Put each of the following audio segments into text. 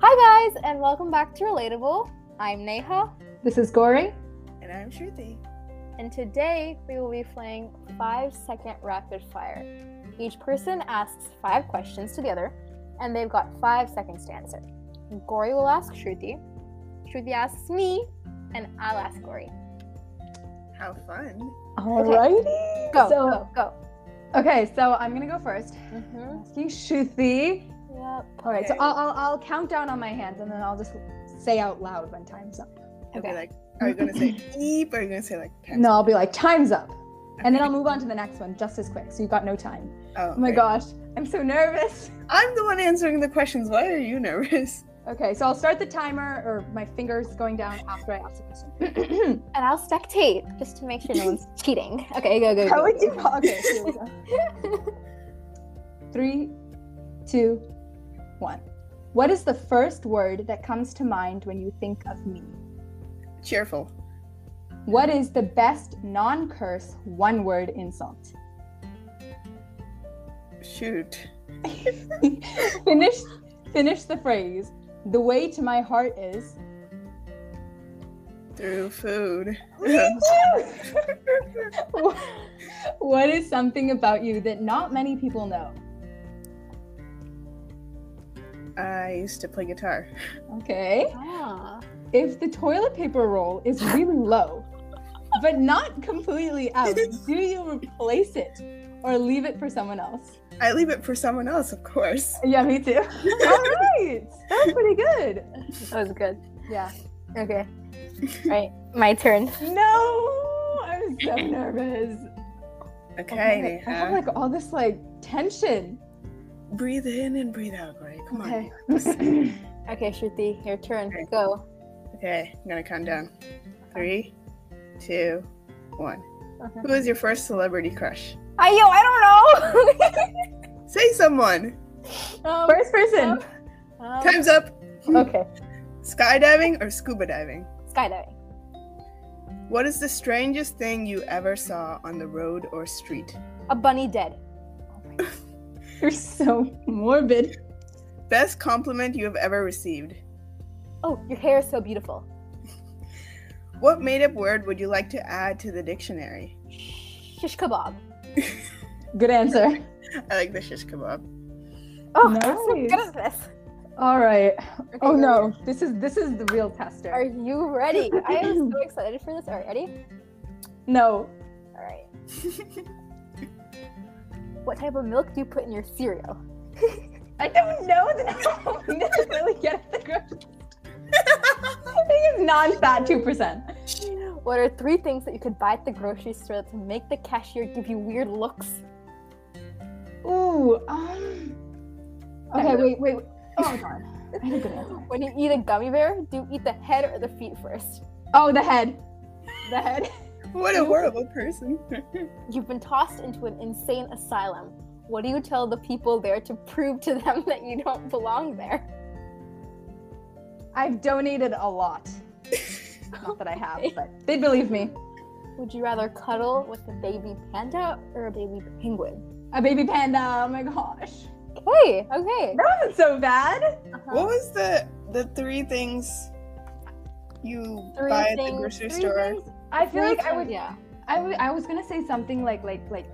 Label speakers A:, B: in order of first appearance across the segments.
A: Hi, guys, and welcome back to Relatable. I'm Neha,
B: This is Gory.
C: And I'm Shruti.
A: and today we will be playing five second rapid fire. Each person asks five questions to the other, and they've got five seconds to answer. Gory will ask Shruti, Shruti asks me, and I'll ask Gory.
C: How fun.
B: Alrighty.
A: Go,
B: So,
A: go, go.
B: okay, so I'm gonna go first.
A: Mm-hmm.
B: Asking Shuthi.
A: Yep.
B: All right, so
C: Okay.
B: I'll, I'll I'll count down on my hands and then I'll just say out loud when time's up.
C: Okay.
A: Okay.
C: Like, are you gonna say eep? Or are you gonna say like times
B: No,
C: up?
B: I'll be like time's up, and then
C: Okay.
B: I'll move on to the next one just as quick. So you've got no time. Oh
C: Oh,
B: my
C: okay.
B: gosh, I'm so nervous.
C: I'm the one answering the questions. Why are you nervous?
B: Okay, so I'll start the timer or my fingers going down after I ask the question.
A: And I'll spectate just to make sure no one's cheating. Okay, go, go, go.
B: How would you? Okay, here we go. Three, two, one. What is the first word that comes to mind when you think of me?
C: Cheerful.
B: What is the best non curse one word insult?
C: Shoot.
B: finish finish the phrase. The way to my heart is
C: Through food.
B: what is something about you that not many people know?
C: I used to play guitar.
B: Okay.
A: Ah.
B: If the toilet paper roll is really low, but not completely out, do you replace it or leave it for someone else?
C: I leave it for someone else, of course.
B: Yeah, me too. All right. That was pretty good.
A: That was good.
B: Yeah.
A: Okay. right, my turn.
B: No, I was so nervous.
C: Okay,
B: I
C: Neha.
B: have like all this like tension.
C: Breathe in and breathe out, Greg. Come
B: Okay.
C: on.
A: Okay, Shruti, your turn.
C: Okay.
A: Go.
C: okay, I'm gonna count down. Three, two, one.
B: Uh,
A: Okay.
C: Who is your first celebrity crush?
A: I yo, I
C: Say someone.
A: don't know. um,
B: First person.
A: um,
C: Time's up.
B: Okay.
C: Skydiving or scuba diving?
A: skydiving.
C: What is the strangest thing you ever saw on the road or street?
A: A bunny dead.
B: You're so morbid.
C: Best compliment you have ever received?
A: Oh, your hair is so beautiful.
C: What made up word would you like to add to the dictionary?
A: Shish kebab.
B: Good answer.
C: I like the shish kebab.
A: Oh, I'm so
B: Nice.
A: good at this.
B: All right.
A: Okay,
B: Oh
A: go.
B: no. This is this is the real
A: Are
B: tester.
A: you ready? I am so excited for this. All right, ready?
B: No.
A: All right. What type of milk do you put in your cereal?
B: I don't know that I necessarily get at the grocery. I think it's non-fat two percent.
A: What are three things that you could buy at the grocery store to make the cashier give you weird looks?
B: Ooh. Um. Okay. Wait. Wait. wait. Oh god. I had a good answer.
A: When you eat a gummy bear, do you eat the head or the feet first?
B: Oh, the head. The head.
C: What a horrible person.
A: You've been tossed into an insane asylum. What do you tell the people there to prove to them that you don't belong there?
B: I've donated a lot. Not that I have, but they believe me.
A: Would you rather cuddle with a baby panda or a baby penguin?
B: A baby panda. Oh my gosh.
A: Okay, okay.
B: That wasn't so bad.
C: what was the the three things you
A: Three
C: buy at
A: things.
C: the grocery
A: three
C: store?
A: things-
B: I feel
A: three
B: like I
A: things,
B: would.
A: Yeah.
B: I w- I was gonna say something like like like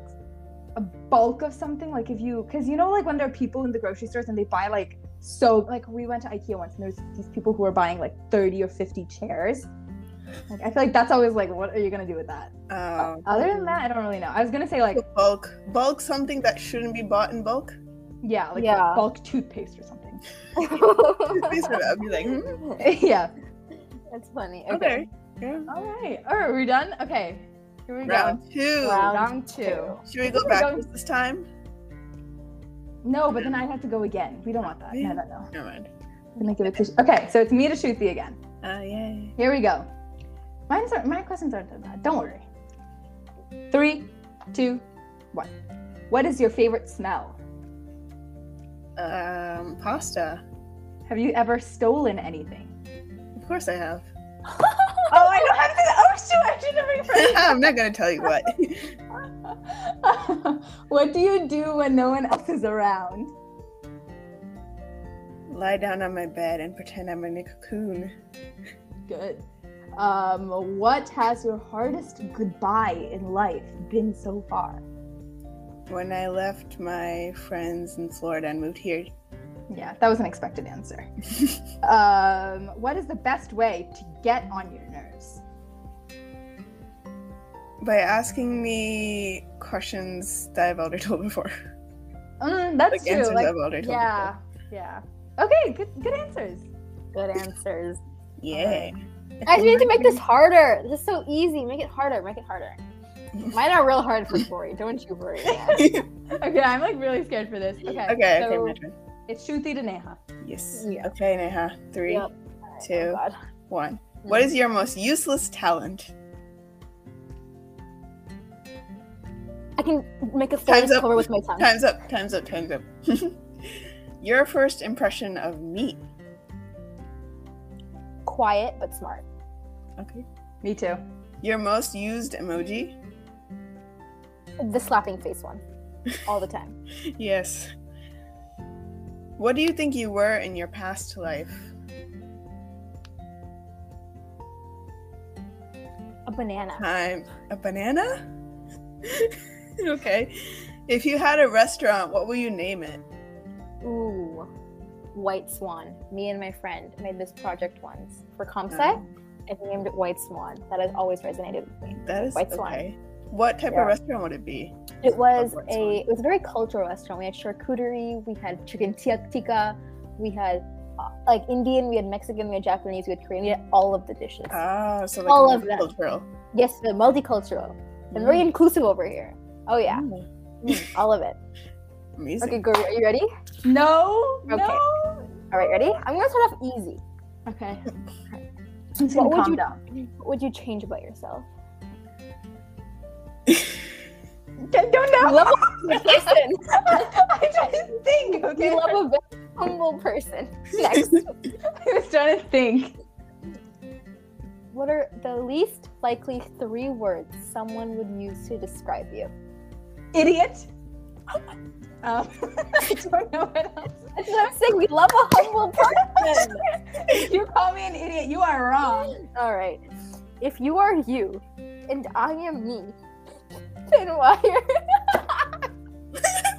B: a bulk of something like if you because you know like when there are people in the grocery stores and they buy like so like we went to IKEA once and there's these people who are buying like 30 or 50 chairs. Like I feel like that's always like what are you gonna do with that?
C: Um,
A: Uh,
B: Other than that, I don't really know. I was gonna say like
C: bulk. Bulk something that shouldn't be bought in bulk?
B: yeah like
A: Yeah.
B: bulk toothpaste or something.
C: Please, I'd be like, hmm,
B: yeah.
A: That's funny. Okay.
C: okay. Yeah.
B: All right. All right. Are we done? Okay. Here we
C: Round two.
A: Round
B: two.
C: Should we go
B: We're
C: backwards this time?
B: go. No, but then I have to go again. We don't want that. No, no, no.
C: Never mind.
B: I'm gonna give it to. Okay, so it's me to shoot the again.
C: Uh, yay.
B: Here we go. Mine's are, my questions aren't that bad. Don't worry. Three, two, one. What is your favorite smell?
C: Um, pasta.
B: Have you ever stolen anything?
C: Of course I have.
B: Oh, I don't have to. Oh, shoot! I should have
C: I'm not gonna tell you what.
B: rephrased. what do you do when no one else is around?
C: Lie down on my bed and pretend I'm in a cocoon.
B: Good. Um, what has your hardest goodbye in life been so far?
C: When I left my friends in Florida and moved here,
B: Yeah, that was an expected answer. um, what is the best way to get on your nerves?
C: by asking me questions that I've already told before.
B: Mm, that's
C: Like
B: true.
C: answers
B: Like,
C: I've already told
B: yeah, yeah. Okay, good, good answers.
A: Good answers.
C: before. Yeah.
A: I just need to make this harder. This is so easy. Make it harder. Make it harder. Mine are real hard for Corey. Don't you worry.
B: Okay, I'm like really scared for this. Okay,
C: Okay, okay,
B: so
C: my turn.
B: it's Shruti to Neha.
C: Yes.
A: Yeah.
C: Okay, Neha. Three,
A: Yep.
C: two,
A: God.
C: one.
B: Mm.
C: What is your most useless talent?
A: I can make a
C: Time's
A: forest
C: up.
A: cover with my tongue.
C: Time's up, time's up, time's up. your first impression of me.
A: Quiet but smart.
C: Okay.
B: Me too.
C: Your most used emoji?
A: The slapping face one. All the time.
C: Yes. What do you think you were in your past life?
A: A banana.
C: Time. A banana? okay. If you had a restaurant, what will you name it?
A: Ooh. White Swan. Me and my friend made this project once for ComSci.
C: Oh.
A: I named it White Swan. That has always resonated with me.
C: That is
A: White Swan.
C: okay. What type
A: Yeah.
C: of restaurant would it be?
A: It was
C: White Swan.
A: a it was a very cultural restaurant. We had charcuterie, we had chicken tiak tikka, we had uh, like Indian, we had Mexican, we had Japanese, we had Korean, we had all of the dishes.
C: Ah, so like
A: All of them.
C: multicultural.
A: yes, the multicultural. And very inclusive over here. Oh yeah,
C: Mm,
A: Mm, all of it.
C: Amazing.
A: Okay, Guru, are you ready?
B: No.
A: Okay.
B: No.
A: All right, ready? I'm gonna start off easy.
B: Okay. I'm just
A: What
B: gonna
A: would
B: calm
A: you-
B: down.
A: What would you change about yourself?
B: I don't
A: You
B: know.
A: love a good person.
B: I tried to think. Okay.
A: You love a very humble person. Next,
B: I was trying to think.
A: what are the least likely three words someone would use to describe you?
B: Idiot. Um, I don't know what else.
A: That's what I'm saying. We love a humble person.
B: If you call me an idiot, you are wrong.
A: All right. If you are you and I am me, then why are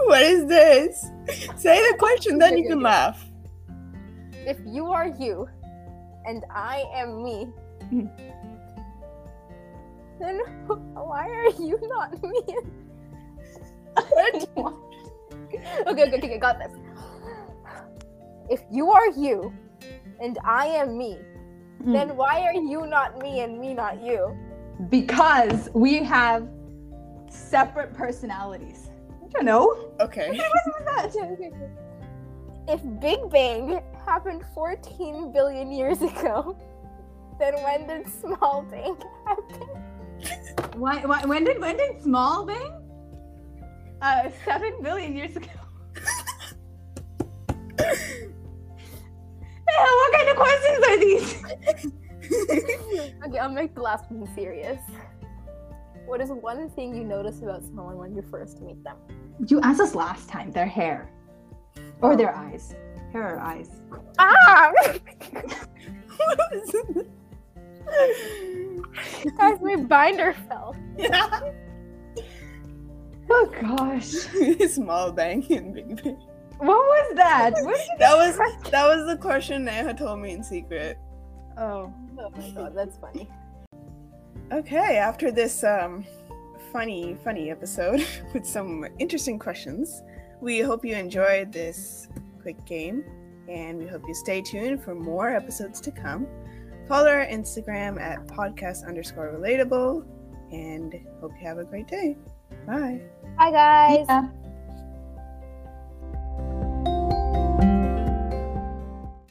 C: What is this? Say the question, then you
A: Okay,
C: can
A: okay.
C: laugh.
A: if you are you and I am me,
B: Mm.
A: then why are you not me? okay, okay, okay, got this. If you are you and I am me, then why are you not me and me not you?
B: Because we have separate personalities. I don't know.
C: Okay.
A: If Big Bang happened 14 billion years ago, then when did Small Bang happen?
B: Why, why, when did when did small thing? Uh, seven billion years ago. Yeah, what kind of questions are these?
A: Okay, I'll make the last one serious. What is one thing you notice about someone when you first meet them?
B: You asked us last time. Their hair, or their eyes. Hair or eyes.
A: Ah! Guys, my binder fell.
B: Oh gosh,
C: Small bang and big bang.
B: what was that? What did
C: That was
A: Oh
C: that was the question Neha told me in secret.
B: you- oh,
A: Oh my god, that's funny.
C: Okay, after this um funny, funny episode with some interesting questions, we hope you enjoyed this quick game and we hope you stay tuned for more episodes to come. Follow our Instagram at podcast underscore relatable and hope you have a great day. Bye.
A: Hi guys!
B: Yeah.